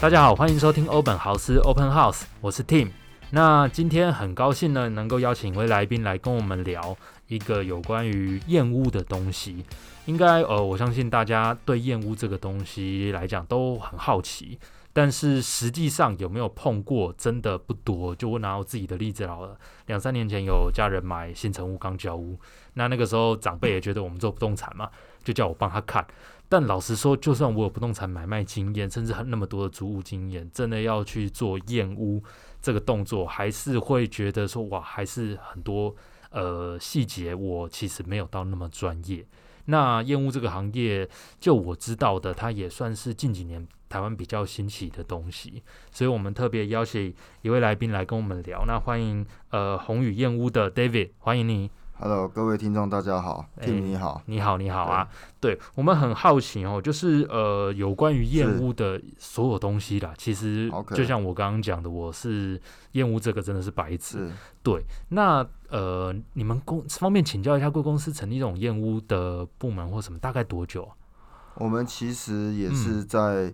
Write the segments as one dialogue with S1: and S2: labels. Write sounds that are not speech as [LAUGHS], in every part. S1: 大家好，欢迎收听欧本豪斯 Open House，我是 Tim。那今天很高兴呢，能够邀请一位来宾来跟我们聊一个有关于厌恶的东西。应该呃，我相信大家对厌恶这个东西来讲都很好奇，但是实际上有没有碰过真的不多。就我拿我自己的例子好了，两三年前有家人买新成屋刚交屋，那那个时候长辈也觉得我们做不动产嘛，就叫我帮他看。但老实说，就算我有不动产买卖经验，甚至很那么多的租屋经验，真的要去做验屋这个动作，还是会觉得说哇，还是很多呃细节我其实没有到那么专业。那验屋这个行业，就我知道的，它也算是近几年台湾比较兴起的东西，所以我们特别邀请一位来宾来跟我们聊。那欢迎呃宏宇验屋的 David，欢迎你。
S2: Hello，各位听众，大家好、
S1: 哎
S2: t i m 你好。
S1: 你好，你好啊！对我们很好奇哦，就是呃，有关于厌恶的所有东西啦。其实
S2: OK
S1: 就像我刚刚讲的，我是厌恶这个真的是白痴。
S2: 是，
S1: 那呃，你们公方便请教一下，贵公司成立这种厌恶的部门或什么，大概多久啊
S2: 我们其实也
S1: 嗯
S2: 是在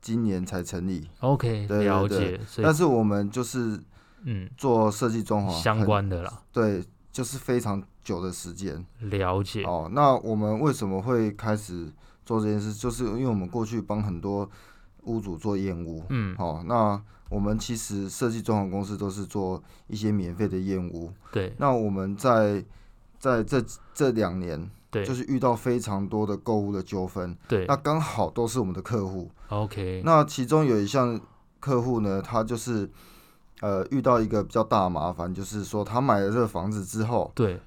S2: 今年才成立，
S1: ？OK，
S2: 对对
S1: 了
S2: 对
S1: 解。所以
S2: 但是我们就是
S1: 嗯，
S2: 做设计装潢很
S1: 相，关的啦，
S2: 对，就是非常久的时间。
S1: 了解。
S2: 哦，那我们为什么会开始做这件事？就是因为我们过去帮很多屋主做验屋，
S1: 嗯，
S2: 哦，那我们其实设计装潢公司都是做一些免费的验屋。
S1: 对
S2: 那我们在在这这两年，
S1: 对
S2: 就是遇到非常多的购物的纠纷，
S1: 对
S2: 那刚好都是我们的客户。
S1: ，OK，
S2: 那其中有一项客户呢，他就是呃遇到一个比较大的麻烦，就是说他买了这个房子之后，
S1: 对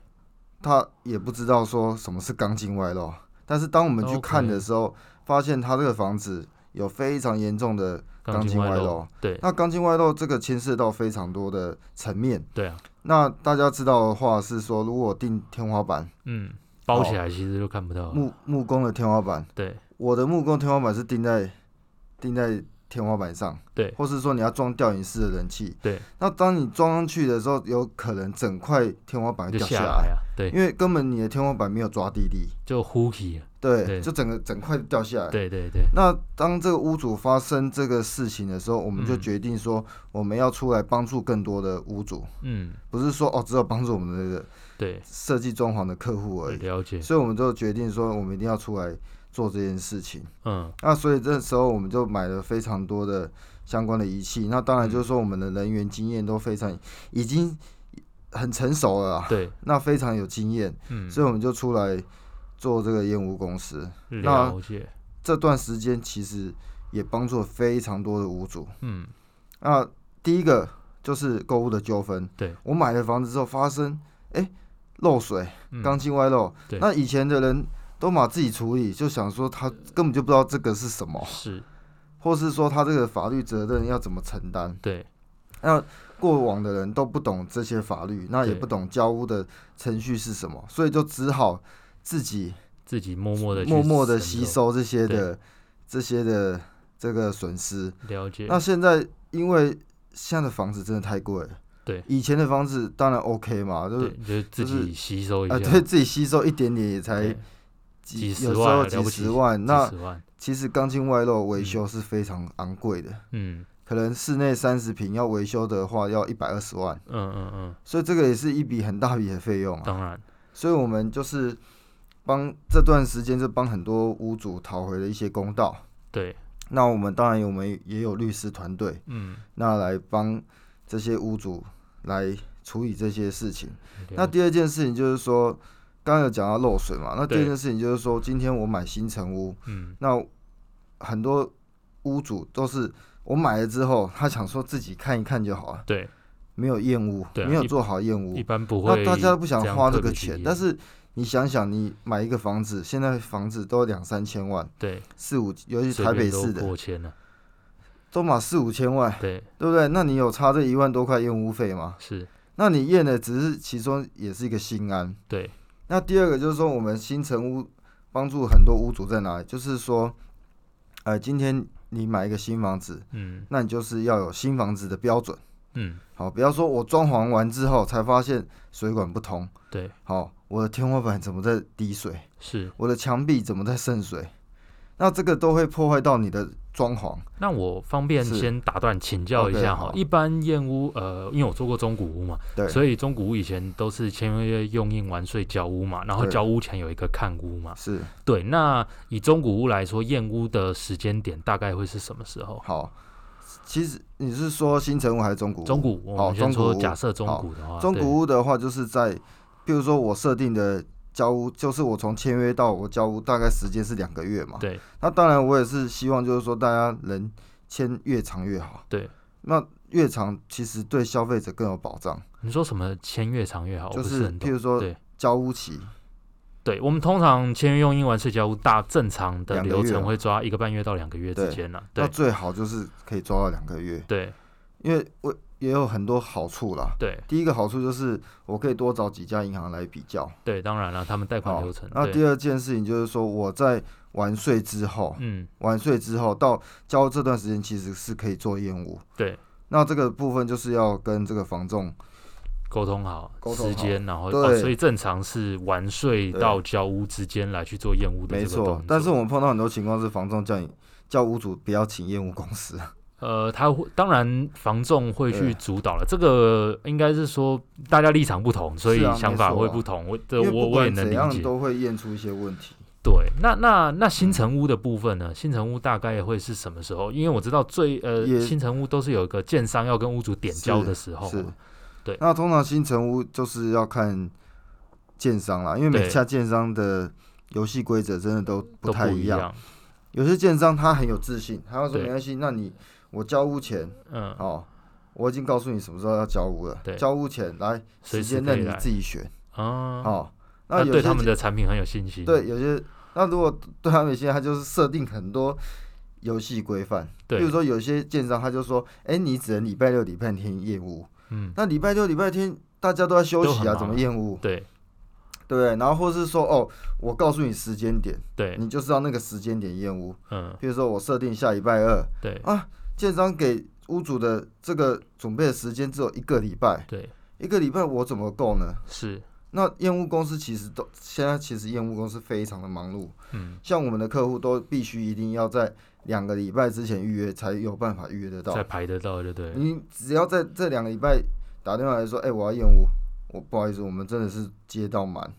S2: 他也不知道说什么是钢筋外露，但是当我们去
S1: OK
S2: 看的时候，发现他这个房子有非常严重的钢
S1: 筋
S2: 筋外
S1: 露
S2: 露，。
S1: 对
S2: 那钢筋外露这个牵涉到非常多的层面。
S1: 对啊，
S2: 那大家知道的话是说，如果定天花板，
S1: 嗯，包起
S2: 好
S1: 来其实就看不到了。
S2: 木木工的天花板，
S1: 对
S2: 我的木工天花板是钉在钉在天花板上，
S1: 对
S2: 或是说你要装吊顶式的冷气，
S1: 对，
S2: 那当你装上去的时候，有可能整块天花板
S1: 就
S2: 会哎掉
S1: 下
S2: 下
S1: 来
S2: 来，
S1: 啊，对。
S2: 因为根本你的天花板没有抓地力，
S1: 就呼吸，啊
S2: 对，
S1: 对
S2: 就整个整块掉下来。
S1: 对对对，
S2: 那当这个屋主发生这个事情的时候，我们就
S1: 嗯
S2: 决定说，我们要出来帮助更多的屋主，
S1: 嗯，
S2: 不是说哦只有帮助我们的
S1: 对，
S2: 设计装潢的客户而已。
S1: 了解，
S2: 所以我们就决定说，我们一定要出来做这件事情。
S1: 嗯，
S2: 那所以这时候我们就买了非常多的相关的仪器。那当然就是说我们的人员经验都非常已经很成熟了啊，
S1: 对，
S2: 那非常有经验，
S1: 嗯，
S2: 所以我们就出来做这个烟雾公司。那
S1: 了解，
S2: 这段时间其实也帮助了非常多的屋主。
S1: 嗯，
S2: 那第一个就是购物的纠纷，
S1: 对
S2: 我买了房子之后发生哎、漏水、钢筋外露，
S1: 嗯对
S2: 那以前的人都把自己处理，就想说他根本就不知道这个是什么。
S1: 是，
S2: 或是说他这个法律责任要怎么承担。
S1: 对，
S2: 那过往的人都不懂这些法律，那也
S1: 对
S2: 不懂交屋的程序是什么，所以就只好自己
S1: 自己默默的
S2: 默默的吸
S1: 收，
S2: 收这些的这些的这个损失。
S1: 了解，
S2: 那现在因为现在的房子真的太贵了，
S1: 对
S2: 以前的房子当然 OK 嘛，就是
S1: 对，就是自
S2: 就是
S1: 己吸收一
S2: 啊、
S1: 下，
S2: 对自己吸收一点点也才
S1: 对
S2: 几
S1: 几十
S2: 有时
S1: 万
S2: 候
S1: 啊了
S2: 几
S1: 不
S2: 十
S1: 起
S2: 万。那
S1: 几十万，
S2: 其实钢筋外露维修是非常昂贵的。
S1: 嗯
S2: 可能室内三十平要维修的话要一百二十万，
S1: 嗯嗯嗯，
S2: 所以这个也是一笔很大笔的费用啊。
S1: 当然，
S2: 所以我们就是帮这段时间就帮很多屋主讨回了一些公道。
S1: 对，
S2: 那我们当然有我们也有律师团队，
S1: 嗯，
S2: 那来帮这些屋主来处理这些事情。那
S1: 了解
S2: 第二件事情就是说，刚刚有讲到漏水嘛，那第二
S1: 对
S2: 件事情就是说，今天我买新城屋，
S1: 嗯，
S2: 那很多屋主都是我买了之后，他想说自己看一看就好了。
S1: 对，
S2: 没有厌恶，
S1: 对啊
S2: 没有
S1: 一
S2: 做好厌恶
S1: 一，般不会，
S2: 那大家不想花这个钱，但
S1: 是
S2: 是你想想，你买一个房子，现在房子都两三千万，
S1: 对，
S2: 四五，尤其是
S1: 随
S2: 台
S1: 便
S2: 北
S1: 都
S2: 市的，
S1: 过千了，
S2: 都嘛四五千万，
S1: 对，
S2: 对不对？那你有差这一万多块厌恶费吗？
S1: 是，
S2: 那你厌的只是其中也是一个心安。
S1: 对，
S2: 那第二个就是说，我们新城屋帮助很多屋主在哪里？就是说，呃，今天你买一个新房子，
S1: 嗯
S2: 那你就是要有新房子的标准。
S1: 嗯，
S2: 好，不要说我装潢完之后才发现水管不通，
S1: 对，
S2: 好，我的天花板怎么在滴水，
S1: 是，
S2: 我的墙壁怎么在渗水，那这个都会破坏到你的装潢。
S1: 那我方便
S2: 是
S1: 先打断请教一下
S2: OK，
S1: 哈
S2: 好，
S1: 一般燕屋呃，因为我做过中古屋嘛，
S2: 对，
S1: 所以中古屋以前都是签约用印完税交屋嘛，然后
S2: 对
S1: 交屋前有一个看屋嘛。
S2: 是
S1: 对，那以中古屋来说，验屋的时间点大概会是什么时候？
S2: 好。其实你是说新城屋还是中古屋？
S1: 中古，我
S2: 好
S1: 们先
S2: 中古
S1: 说
S2: 屋
S1: 假设中
S2: 好
S1: 古的话，
S2: 哦中
S1: 啊对
S2: 古屋的话，就是在，比如说我设定的交屋，就是我从签约到我交屋，大概时间是两个月嘛。
S1: 对，
S2: 那当然，我也是希望就是说大家能签越长越好。
S1: 对。
S2: 那越长其实对消费者更有保障，
S1: 你说什么签越长越好，我
S2: 就
S1: 哦不是很
S2: 譬
S1: 懂。
S2: 如说
S1: 对，
S2: 交屋期，
S1: 对我们通常签约用英完税交屋，大正常的
S2: 两个
S1: 流
S2: 月
S1: 程
S2: 啊
S1: 会抓一个半月到两个月之
S2: 对
S1: 间呢。
S2: 那
S1: 对
S2: 最好就是可以抓到两个月，
S1: 对
S2: 因为我也有很多好处啦。
S1: 对
S2: 第一个好处就是我可以多找几家银行来比较。
S1: 对，当然了，他们贷款流程，
S2: 哦那
S1: 嗯对
S2: 第二件事情就是说我在完税之后，
S1: 嗯
S2: 完税之后到交屋这段时间其实是可以做业务。
S1: 对，
S2: 那这个部分就是要跟这个房仲
S1: 沟通好
S2: 沟通好
S1: 时间，然后哦，
S2: 对
S1: 所以正常是完税到交屋之间来去做验屋的
S2: 没
S1: 这个动
S2: 错
S1: 作，。
S2: 但是我们碰到很多情况是房仲叫你叫屋主不要请业务公
S1: [LAUGHS]
S2: 司，
S1: 呃，他会当然房仲会去
S2: 对
S1: 主导了，这个应该是说大家立场不同，所以
S2: 是啊
S1: 想法
S2: 没错啊
S1: 会不同。我这
S2: 因为
S1: 我
S2: 不
S1: 我也
S2: 管
S1: 能
S2: 怎
S1: 理
S2: 样
S1: 解。
S2: 都会验出一些问题。
S1: 对，那那那新城屋的部分呢？新城屋大概会是什么时候？因为我知道最呃
S2: 也
S1: 新城屋都是有一个建商要跟屋主点交的时候
S2: 是
S1: 嘛，对
S2: 那通常新成屋就是要看建商啦，因为每
S1: 对
S2: 家建商的游戏规则真的都不
S1: 都
S2: 太
S1: 不一
S2: 样。
S1: 样。
S2: 有些建商他很有自信，他要说
S1: 对
S2: 没关系，那你我交屋前
S1: 嗯，
S2: 哦，我已经告诉你什么时候要交屋了
S1: 对，
S2: 交屋前来
S1: 随
S2: 时
S1: 时
S2: 间
S1: 可以
S2: 内你
S1: 来
S2: 自己选
S1: 啊。
S2: 哦。
S1: 那
S2: 有
S1: 对
S2: 些
S1: 他们的产品很有信心。
S2: 对，有些那如果对他们有些，他就是设定很多游戏规范，比
S1: 对
S2: 如说有些建商他就说，哎、你只能礼拜六、礼拜天业务，
S1: 嗯，
S2: 那礼拜六、礼拜天大家都在休
S1: 都
S2: 息
S1: 很
S2: 啊，
S1: 忙啊
S2: 怎么厌恶？
S1: 对
S2: 对不对？然后或是说，哦，我告诉你时间点，
S1: 对，
S2: 你就知道那个时间点厌恶。
S1: 嗯
S2: 比如说我设定下礼拜二，
S1: 对
S2: 建商给屋主的这个准备的时间只有一个礼拜，
S1: 对
S2: 一个礼拜我怎么够呢？
S1: 是，
S2: 那验屋公司其实都现在其实验屋公司非常的忙碌，
S1: 嗯，
S2: 像我们的客户都必须一定要在两个礼拜之前预约，才有办法预约得到
S1: 再。排得到就对了。
S2: 你只要在这两个礼拜打电话来说，哎、我要验屋，我不好意思，我们真的是接到满。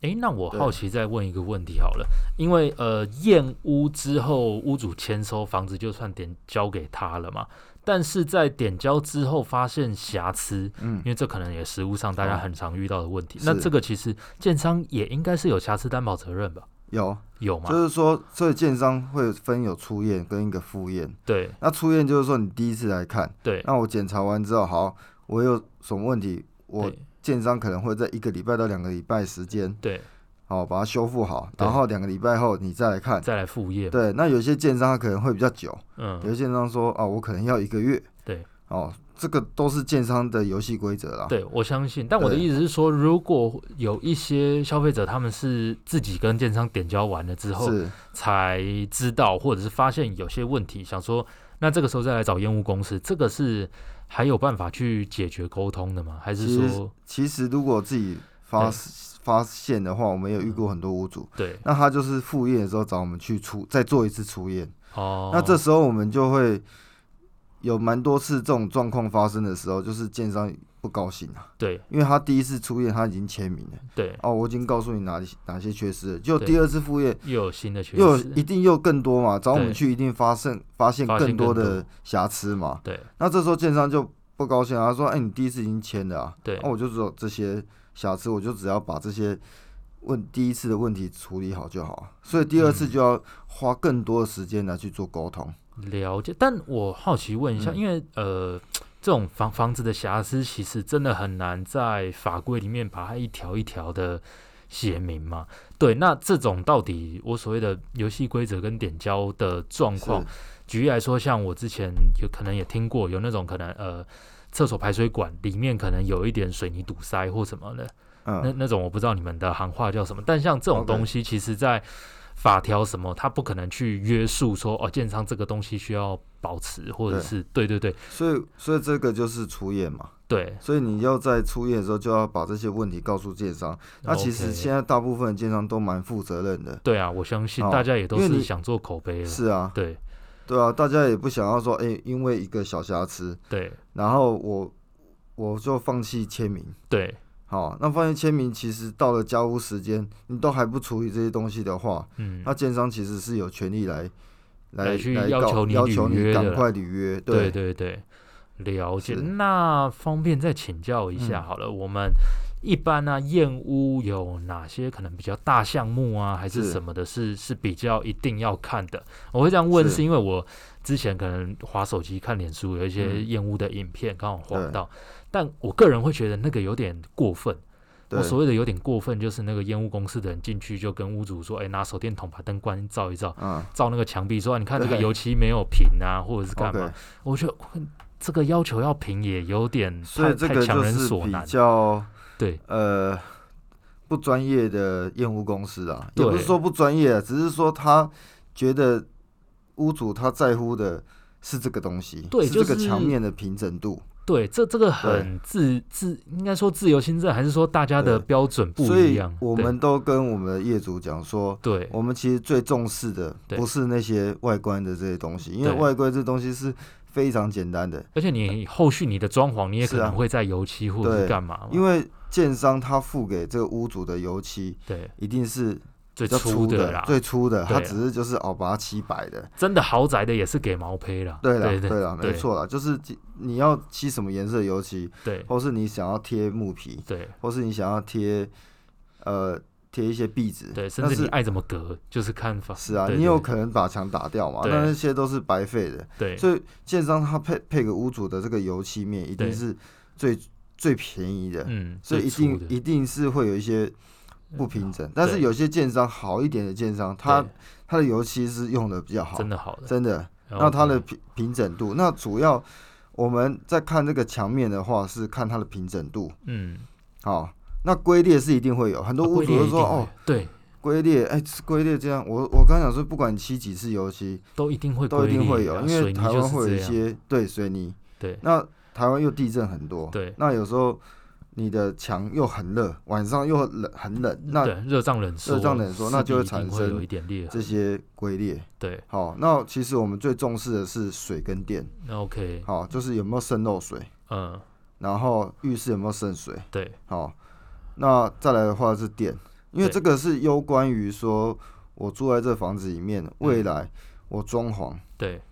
S1: 诶，那我
S2: 对
S1: 好奇再问一个问题好了，因为呃，验屋之后，屋主签收房子就算点交给他了嘛，但是在点交之后发现瑕疵，
S2: 嗯
S1: 因，为这可能也实务上大家
S2: 哦
S1: 很常遇到的问题。那
S2: 是
S1: 这个其实建商也应该是有瑕疵担保责任吧？
S2: 有，
S1: 有吗？
S2: 就是说，所以建商会分有初验跟一个复验。
S1: 对
S2: 那初验就是说你第一次来看，
S1: 对
S2: 那我检查完之后，好，我有什么问题，我
S1: 对
S2: 建商可能会在一个礼拜到两个礼拜时间，
S1: 对，
S2: 好把它修复好，
S1: 对
S2: 然后两个礼拜后你再来看。
S1: 再来副业，
S2: 对，那有些建商他可能会比较久，有
S1: 嗯，
S2: 些建商说啊，我可能要一个月。
S1: 对，
S2: 哦，这个都是建商的游戏规则啦。，
S1: 对我相信。但我的
S2: 啊对
S1: 意思是说，如果有一些消费者他们是自己跟建商点交完了之后，
S2: 是，
S1: 才知道，或者是发现有些问题，想说那这个时候再来找烟雾公司，这个是还有办法去解决沟通的吗？还是
S2: 其实
S1: 说
S2: 其实如果自己发
S1: 对嗯
S2: 发现的话，我们有遇过很多屋主，
S1: 对
S2: 那他就是复验的时候找我们去出再做一次出验，
S1: 哦？
S2: 那这时候我们就会有蛮多次这种状况发生的时候，就是建商不高兴啊，
S1: 对
S2: 因为他第一次出验他已经签名了，
S1: 对
S2: 哦，我已经告诉你哪里哪些缺失了，就
S1: 对
S2: 第二次复验。
S1: 又有新的缺
S2: 又有
S1: 失，
S2: 一定又更多嘛，找我们
S1: 对
S2: 去一定发现发现
S1: 发现
S2: 更多
S1: 更
S2: 的瑕疵嘛。
S1: 对
S2: 那这时候建商就不高兴啊，他说：“哎、你第一次已经签了啊，
S1: 对
S2: 那、我就只有这些瑕疵，我就只要把这些问第一次的问题处理好就好。所以第二次
S1: 嗯
S2: 就要花更多的时间来去做沟通。
S1: 了解。但我好奇问一下，
S2: 嗯
S1: 因为呃。这种房房子的瑕疵，其实真的很难在法规里面把它一条一条的写明嘛。对，那这种到底我所谓的游戏规则跟点交的状
S2: 是
S1: 况，举例来说，像我之前有可能也听过，有那种可能呃，厕所排水管里面可能有一点水泥堵塞或什么的，那
S2: 嗯，
S1: 那种我不知道你们的行话叫什么，但像这种
S2: OK
S1: 东西，其实在法条什么，它不可能去约束说哦，建商这个东西需要保持，或者
S2: 对
S1: 是对对对
S2: 所以所以这个就是初验嘛。
S1: 对。
S2: 所以你要在初验的时候就要把这些问题告诉建商。那其实
S1: OK
S2: 现在大部分的建商都蛮负责任的。
S1: 对啊，我相信
S2: 哦
S1: 大家也都
S2: 因为
S1: 是
S2: 你
S1: 想做口碑了，
S2: 是啊，
S1: 对
S2: 对啊，大家也不想要说，哎、因为一个小瑕疵，
S1: 对
S2: 然后我我就放弃签名。
S1: 对，
S2: 好，那放弃签名，其实到了交屋时间，你都还不处理这些东西的话，
S1: 嗯，
S2: 那建商其实是有权利来来
S1: 来去
S2: 来
S1: 要
S2: 告
S1: 求你
S2: 要
S1: 履
S2: 求
S1: 约
S2: 你
S1: 的
S2: 赶
S1: 啦
S2: 快履约。
S1: 对对对，了解。
S2: 是
S1: 那方便再请教一下
S2: 嗯
S1: 好了，我们一般呢、验屋有哪些可能比较大项目啊，还是
S2: 是
S1: 什么的是，是比较一定要看的？我会这样问，
S2: 是
S1: 是因为我之前可能划手机看脸书有一些
S2: 嗯
S1: 验屋的影片，刚好划
S2: 对
S1: 到，但我个人会觉得那个有点过分。我
S2: 对
S1: 所谓的有点过分，就是那个烟雾公司的人进去就跟屋主说：“哎、拿手电筒把灯关照一照，
S2: 嗯
S1: 照那个墙壁说、啊你看这个
S2: 对
S1: 油漆没有平啊，或者是干嘛？”
S2: ，OK，
S1: 我觉得这个要求要平也有点
S2: 所
S1: 太
S2: 以这
S1: 太
S2: 个
S1: 强
S2: 就
S1: 人
S2: 是
S1: 所
S2: 比
S1: 难。
S2: 较
S1: 对
S2: 呃不专业的验屋公司啊，也不
S1: 对
S2: 是说不专业啊，只是说他觉得屋主他在乎的是这个东西，
S1: 对
S2: 是
S1: 就
S2: 这个墙
S1: 是
S2: 面的平整度，
S1: 对，这这个很自自，应该说自由心证，还是说大家的
S2: 对
S1: 标准不
S2: 所
S1: 一
S2: 以
S1: 样？
S2: 我
S1: 对
S2: 们都跟我们的业主讲说，
S1: 对
S2: 我们其实最重视的
S1: 对
S2: 不是那些外观的这些东西，因为
S1: 对
S2: 外观这东西是非常简单的，
S1: 而且你后续你的装潢，你也可
S2: 是啊
S1: 能会在油漆或者是
S2: 对
S1: 干嘛嘛？
S2: 因为建商他付给这个屋主的油漆
S1: 对
S2: 一定是
S1: 最
S2: 比较
S1: 粗
S2: 粗
S1: 的啦，
S2: 最粗的，
S1: 对
S2: 他
S1: 啊
S2: 只是就是哦把它漆白的，
S1: 真的豪宅的也是给毛坯啦。
S2: 对
S1: 对
S2: 了对了，没
S1: 对
S2: 错了，就是你要漆什么颜色的油漆，
S1: 对
S2: 或是你想要贴木皮，
S1: 对
S2: 或是你想要贴呃贴一些壁纸，
S1: 对，甚
S2: 但
S1: 至你
S2: 是。
S1: 爱怎么隔，就是看法。
S2: 是啊，
S1: 对
S2: 你有
S1: 对
S2: 可能把墙打掉嘛？
S1: 对
S2: 那那些都是白费的。
S1: 对
S2: 所以建商他配配给屋主的这个油漆面一
S1: 对
S2: 定是最最便宜的，
S1: 嗯，
S2: 所
S1: 最
S2: 以一
S1: 粗
S2: 定
S1: 的嗯
S2: 一定是会有一些不平整。但是有些建商好一点的建商，他
S1: 对
S2: 他的油漆是用的比较好，
S1: 真的好的。
S2: 真的。
S1: 然后嗯
S2: 那它
S1: 可
S2: 的
S1: 能
S2: 平平整度，那主要我们在看这个墙面的话，是看它的平整度。
S1: 嗯，
S2: 好、那龟裂是一定会有，很多
S1: 啊
S2: 屋
S1: 龟
S2: 主
S1: 裂
S2: 都
S1: 一
S2: 说
S1: 定会
S2: 哦，
S1: 对，
S2: 龟裂，哎，龟裂这样。我我刚想说，不管你漆几次油漆，
S1: 都一定会
S2: 都
S1: 龟
S2: 一定
S1: 裂
S2: 会
S1: 啊
S2: 有，因
S1: 水
S2: 为
S1: 泥
S2: 台
S1: 就
S2: 湾
S1: 是
S2: 会有
S1: 这
S2: 一
S1: 样
S2: 些对水泥，
S1: 对
S2: 那台湾又地震很多，
S1: 对
S2: 那有时候你的墙又很热，晚上又冷很冷，那
S1: 对热胀冷缩，
S2: 胀冷缩
S1: 势
S2: 那就
S1: 必
S2: 会产
S1: 一定
S2: 生
S1: 有一点裂痕。
S2: 这些龟裂。
S1: 对
S2: 好，那其实我们最重视的是水跟电，
S1: 那，OK，
S2: 好，就是有没有渗漏水，
S1: 嗯，
S2: 然后浴室有没有渗水，
S1: 对
S2: 好，那再来的话是电，因为
S1: 对
S2: 这个是攸关于说我住在这房子里面，未来我装潢，
S1: 对，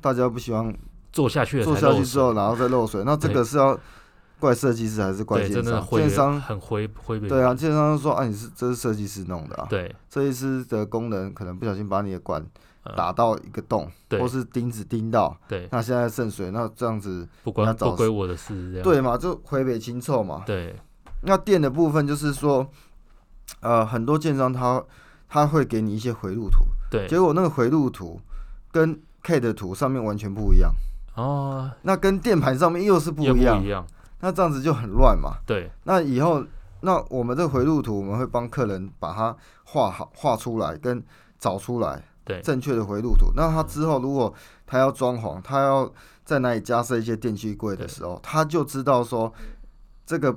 S2: 大家不希望
S1: 做下去了
S2: 做
S1: 才
S2: 下
S1: 漏
S2: 去之
S1: 水
S2: 后，然后再漏水，那这
S1: 对
S2: 个是要怪设计师还是怪
S1: 对，
S2: 建
S1: 真的
S2: 商？
S1: 会
S2: 建
S1: 被
S2: 商
S1: 很灰灰被
S2: 对啊，建商就说啊，你是这是设计师弄的啊，
S1: 对
S2: 设计师的功能可能不小心把你的管
S1: 嗯
S2: 打到一个洞，
S1: 对
S2: 或是钉子钉到，
S1: 对，
S2: 那现在渗水，那这样子
S1: 不
S2: 要
S1: 关
S2: 找
S1: 不归我的事这样。
S2: 对嘛，就回北清臭嘛。
S1: 对
S2: 那电的部分就是说，呃，很多建商他他会给你一些回路图，
S1: 对
S2: 结果那个回路图跟 K 的图上面完全不一样，
S1: 哦，
S2: 那跟电盘上面又是不
S1: 又不
S2: 一样
S1: 一，样，
S2: 那这样子就很乱嘛。
S1: 对
S2: 那以后，那我们这个回路图，我们会帮客人把它画好、画出来，跟找出来
S1: 对
S2: 正确的回路图。那他之后如果他要装潢，他要在哪里加设一些电器柜的时候，他就知道说这个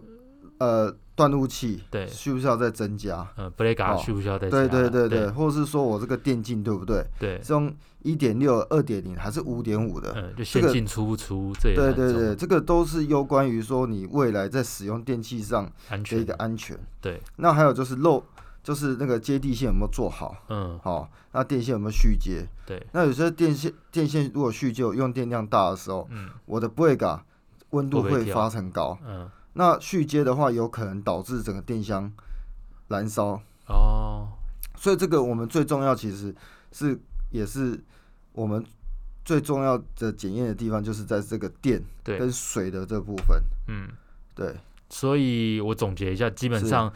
S2: 呃断路器
S1: 对
S2: 需不需要再增加？
S1: 呃，布雷嘎
S2: 哦
S1: 需不需要再加
S2: 对
S1: 了？
S2: 对对对，
S1: 对
S2: 或者是说我这个电竞对不对？
S1: 对，
S2: 是用一点六、二点零还是五点五的？
S1: 嗯，就先
S2: 个
S1: 进出出，这也
S2: 对
S1: 很
S2: 对
S1: 重要
S2: 对，这个都是攸关于说你未来在使用电器上
S1: 安
S2: 的一
S1: 全
S2: 个，安全。
S1: 对，
S2: 那还有就是漏，就是那个接地线有没有做好？
S1: 嗯，
S2: 好、那电线有没有续接？
S1: 对，
S2: 那有些电线电线如果续接，我用电量大的时候，
S1: 嗯
S2: 我的 break 啊温度
S1: 会不会
S2: 会
S1: 跳
S2: 发成高。
S1: 嗯，
S2: 那续接的话，有可能导致整个电箱燃烧。
S1: 哦，
S2: 所以这个我们最重要其实是也是我们最重要的检验的地方，就是在这个电
S1: 对，
S2: 跟水的这部分。
S1: 嗯。
S2: 对，
S1: 所以我总结一下，基本上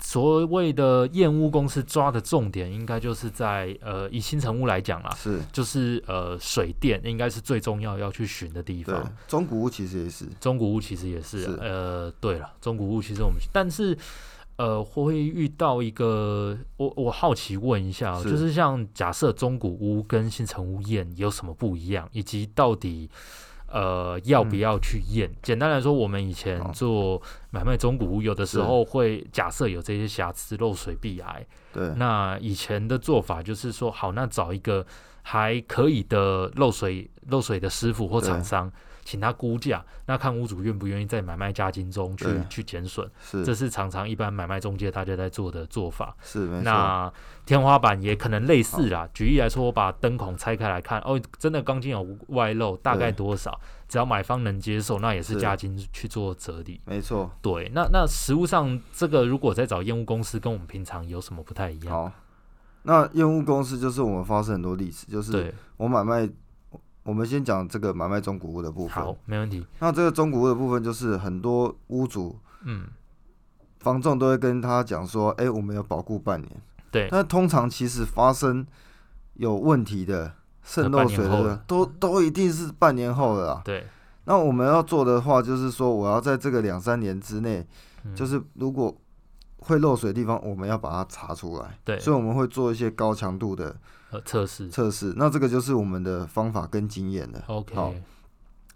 S1: 所谓的验屋公司抓的重点，应该就是在呃，以新城屋来讲啦，
S2: 是，
S1: 就是呃，水电应该是最重要要去寻的地
S2: 对
S1: 方。，
S2: 中古屋其实也是，
S1: 中古屋其实也是啊，
S2: 是
S1: 呃，对了，中古屋其实我们，但是呃，会遇到一个，我我好奇问一下哦，
S2: 是
S1: 就是像假设中古屋跟新城屋验有什么不一样，以及到底呃要不要去验。简单来说，我们以前
S2: 嗯好
S1: 做买卖中古屋，有的时
S2: 是
S1: 候会假设有这些瑕疵、漏水、壁癌，
S2: 对，
S1: 那以前的做法就是说，好，那找一个还可以的漏水漏水的师傅或厂
S2: 对
S1: 商，请他估价，那看屋主愿不愿意在买卖价金中去
S2: 对
S1: 去减损，这
S2: 是
S1: 是常常一般买卖中介大家在做的做法。
S2: 是没错，
S1: 那天花板也可能类似啦。举例来说，我把灯孔拆开来看，哦，真的钢筋有外露，大概
S2: 对
S1: 多少？只要买方能接受，那也是
S2: 是
S1: 价金去做折抵。
S2: 没错。
S1: 对，那那实物上这个如果在找验屋公司，跟我们平常有什么不太一样？
S2: 好，那验屋公司就是我们发生很多例子，就是
S1: 对，
S2: 我买卖，我们先讲这个买卖中古屋的部分
S1: 好。，没问题。
S2: 那这个中古屋的部分，就是很多屋主
S1: 嗯，
S2: 房仲都会跟他讲说，哎、我们有保固半年。
S1: 对
S2: 但通常其实发生有问题的渗
S1: 半
S2: 漏
S1: 年
S2: 水
S1: 后
S2: 的
S1: 了，
S2: 都都一定是半年后了啊。
S1: 对，
S2: 那我们要做的话，就是说我要在这个两三年之内，
S1: 嗯
S2: 就是如果会漏水的地方，我们要把它查出来。
S1: 对
S2: 所以我们会做一些高强度的
S1: 呃，测试。
S2: 测试。那这个就是我们的方法跟经验了，好
S1: OK，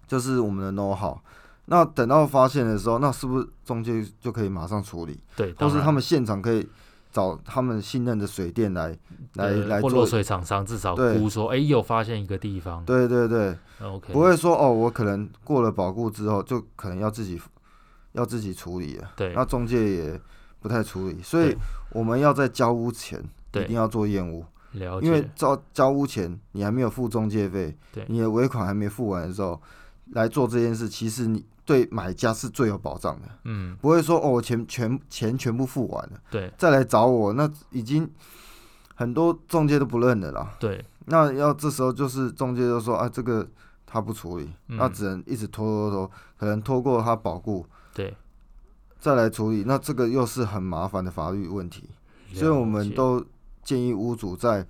S2: 就是我们的 know how。那等到发现的时候，那是不是中介就可以马上处理，
S1: 对，
S2: 或
S1: 当
S2: 是
S1: 然
S2: 他们现场可以找他们信任的水电来来
S1: 呃
S2: 来
S1: 或漏
S2: 做？
S1: 水厂商至少
S2: 对
S1: 估说，哎，有发现一个地方
S2: 对对对，
S1: ，OK，
S2: 不会说哦，我可能过了保固之后，就可能要自己要自己处理了。
S1: 对
S2: 那中介也不太处理，所以
S1: 对
S2: 我们要在交屋前一
S1: 对
S2: 定要做验屋，
S1: 了
S2: 因为
S1: 解，
S2: 交交屋前你还没有付中介费
S1: 对，
S2: 你的尾款还没付完的时候来做这件事，其实你对买家是最有保障的，
S1: 嗯，
S2: 不会说哦，我钱全钱全部付完了
S1: 对
S2: 再来找我，那已经很多中介都不认的啦。
S1: 对，
S2: 那要这时候就是中介就说啊，这个他不处理，
S1: 嗯
S2: 那只能一直拖拖拖，可能拖过他保固，
S1: 对，
S2: 再来处理，那这个又是很麻烦的法律问题，所以
S1: 了
S2: 我们
S1: 解
S2: 都建议屋主在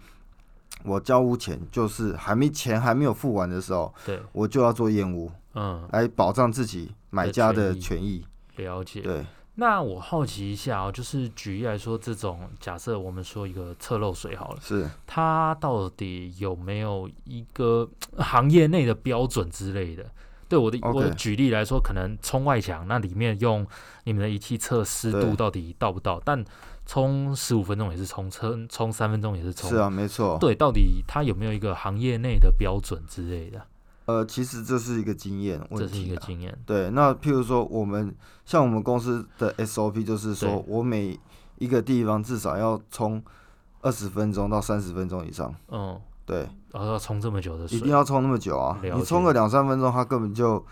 S2: 我交屋前，就是还没钱还没有付完的时候，
S1: 对，
S2: 我就要做验屋，
S1: 嗯，
S2: 来保障自己买家的权益。
S1: 了解。
S2: 对，
S1: 那我好奇一下哦，就是举例来说，这种假设我们说一个侧漏水好了，
S2: 是
S1: 它到底有没有一个呃行业内的标准之类的？对我的我的
S2: OK
S1: 举例来说，可能冲外墙那里面用你们的仪器测湿度
S2: 对
S1: 到底到不到，但冲十五分钟也是冲，冲冲三分钟也是冲，
S2: 是啊，没错。
S1: 对，到底它有没有一个行业内的标准之类的？
S2: 呃，其实这是一个经验
S1: 这
S2: 问
S1: 是一
S2: 题
S1: 个
S2: 啊。
S1: 经验，
S2: 对，那譬如说我们像我们公司的 SOP 就是说
S1: 对
S2: 我每一个地方至少要冲二十分钟到三十分钟以上。
S1: 嗯，
S2: 对，
S1: 然后要冲这么久的水，
S2: 一定要冲那么久啊！
S1: 了
S2: 你
S1: 解
S2: 冲个两三分钟，它根本就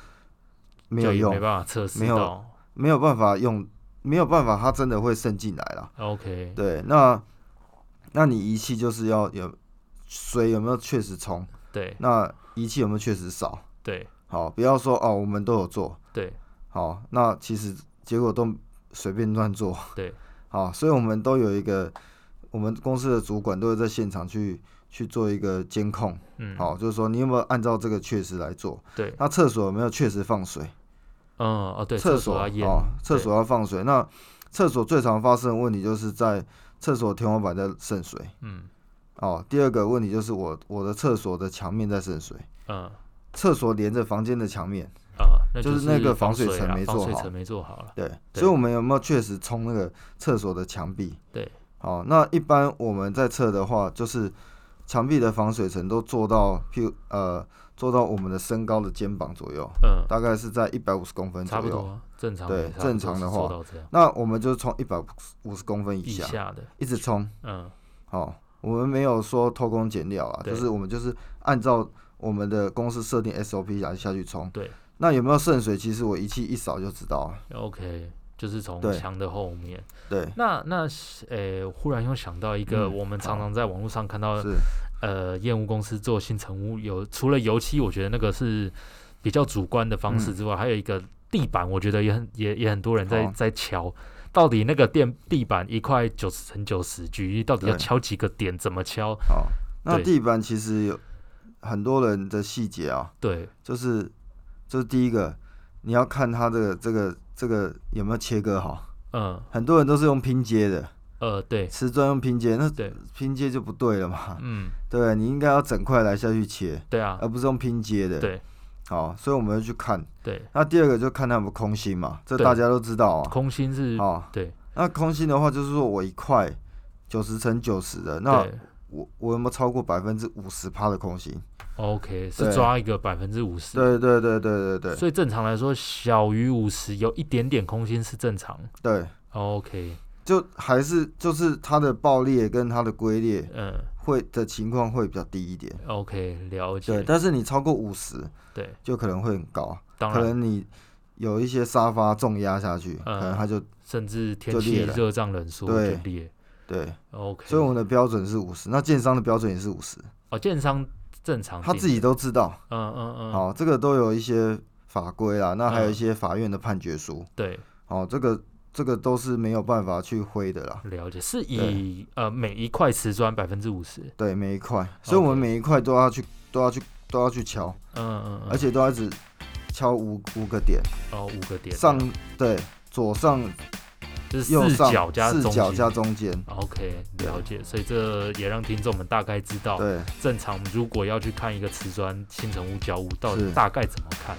S2: 没有
S1: 就也
S2: 用
S1: 没，办法测试
S2: 没有
S1: 到。
S2: 没有办法用，没有办法，它真的会渗进来啦。
S1: OK，
S2: 对，那那你仪器就是要有水有没有确实冲，
S1: 对
S2: 那仪器有没有确实少？
S1: 对
S2: 好，不要说哦，我们都有做
S1: 对
S2: 好，那其实结果都随便乱做。
S1: 对，
S2: 好，所以我们都有一个，我们公司的主管都会在现场去去做一个监控。
S1: 嗯，
S2: 好，就是说你有没有按照这个确实来做？
S1: 对，
S2: 那厕所有没有确实放水？
S1: 嗯哦对，
S2: 厕
S1: 所要验，
S2: 哦，厕所要放水。那厕所最常发生的问题就是在厕所天花板在渗水
S1: 嗯
S2: 哦。第二个问题就是我我的厕所的墙面在渗水，
S1: 嗯
S2: 厕所连着房间的墙面，
S1: 啊，那
S2: 就是
S1: 是
S2: 那个
S1: 防
S2: 防水
S1: 水
S2: 层
S1: 啊
S2: 没
S1: 防
S2: 做
S1: 水
S2: 好
S1: 层没做好了，
S2: 对，
S1: 对
S2: 所以我们有没有确实冲那个厕所的墙壁？
S1: 对，
S2: 好、那一般我们在测的话，就是墙壁的防水层都做到，譬如呃，做到我们的身高的肩膀左右，
S1: 嗯，
S2: 大概是在一百五十公分
S1: 差
S2: 左右。
S1: 不多啊正常
S2: 对
S1: 的差不
S2: 正
S1: 多
S2: 常
S1: 是
S2: 的
S1: 做
S2: 话
S1: 到这样
S2: 那我们就冲一百五十公分以
S1: 以
S2: 下，
S1: 下的，
S2: 一直冲。
S1: 嗯
S2: 好、我们没有说偷工减料啊，
S1: 对
S2: 就是我们就是按照我们的公司设定 SOP 来下去冲。
S1: 对，
S2: 那有没有渗水？其实我仪器一扫就知道了。
S1: ，OK，就是从
S2: 对
S1: 墙的后面。
S2: 对，
S1: 那那是呃，忽然又想到一个，
S2: 嗯
S1: 我们常
S2: 好
S1: 常在网络上看到
S2: 是
S1: 呃，燕屋公司做新成屋有除了油漆，我觉得那个是比较主观的方式之外，还有一个地板，我觉得也很也也很多人在
S2: 嗯好
S1: 在敲。到底那个垫地板一块九十乘九十，举例到底要
S2: 对
S1: 敲几个点，怎么敲？
S2: 好。那
S1: 对
S2: 地板其实有很多人的细节啊，
S1: 对，
S2: 就是就是第一个，你要看它的这个这个有没有切割好。
S1: 嗯
S2: 很多人都是用拼接的，
S1: 呃，对
S2: 瓷砖用拼接，那
S1: 对，
S2: 拼接就不对了嘛。
S1: 嗯，
S2: 对，你应该要整块来下去切，
S1: 对啊
S2: 而，不是用拼接的。
S1: 对，
S2: 好，所以我们要去看。
S1: 对，
S2: 那第二个就看他有没有空心嘛，这
S1: 对
S2: 大家都知道啊。
S1: 空心是，
S2: 好，
S1: 对
S2: 那空心的话就是说我一块九十乘九十的，那
S1: 对
S2: 我我有没有超过百分之五十趴的空心？
S1: ，OK，是
S2: 对
S1: 抓一个百分之五十。
S2: 对对对对对对
S1: 所以正常来说，小于五十有一点点空心是正常。
S2: 对，
S1: OK，
S2: 就还是就是它的爆裂跟它的龟裂
S1: 嗯
S2: 会的情况会比较低一点。
S1: ，OK，了
S2: 对，
S1: 解。
S2: 但是你超过五十
S1: 对，
S2: 就可能会很高，
S1: 当
S2: 可
S1: 然，
S2: 能你有一些沙发重压下去，
S1: 嗯
S2: 可能它就
S1: 甚至天
S2: 就
S1: 气
S2: 裂了
S1: 热胀冷缩
S2: 对
S1: 就裂。
S2: 对。
S1: OK，
S2: 所以我们的标准是五十，那建商的标准也是五十，
S1: 哦，建商正常
S2: 他
S1: 定
S2: 自己都知道。
S1: 嗯嗯嗯，
S2: 好，这个都有一些法规啊，那还
S1: 嗯
S2: 有一些法院的判决书。
S1: 对，
S2: 哦，这个这个都是没有办法去挥的啦。
S1: 了解，是以呃每一块瓷砖百分之五十，
S2: 对，每一块，所以我们每一块都要去都要去都要去敲，
S1: 嗯嗯，嗯
S2: 而且都要一直敲五五个点，
S1: 哦五个点
S2: 上对左上
S1: 就是
S2: 右
S1: 四
S2: 上
S1: 角加
S2: 四
S1: 中
S2: 角
S1: 心
S2: 加。中间，
S1: OK，
S2: 对
S1: 了解，所以这也让听众们大概知道，
S2: 对
S1: 正常如果要去看一个瓷砖新成屋交屋，到底
S2: 是
S1: 大概怎么看？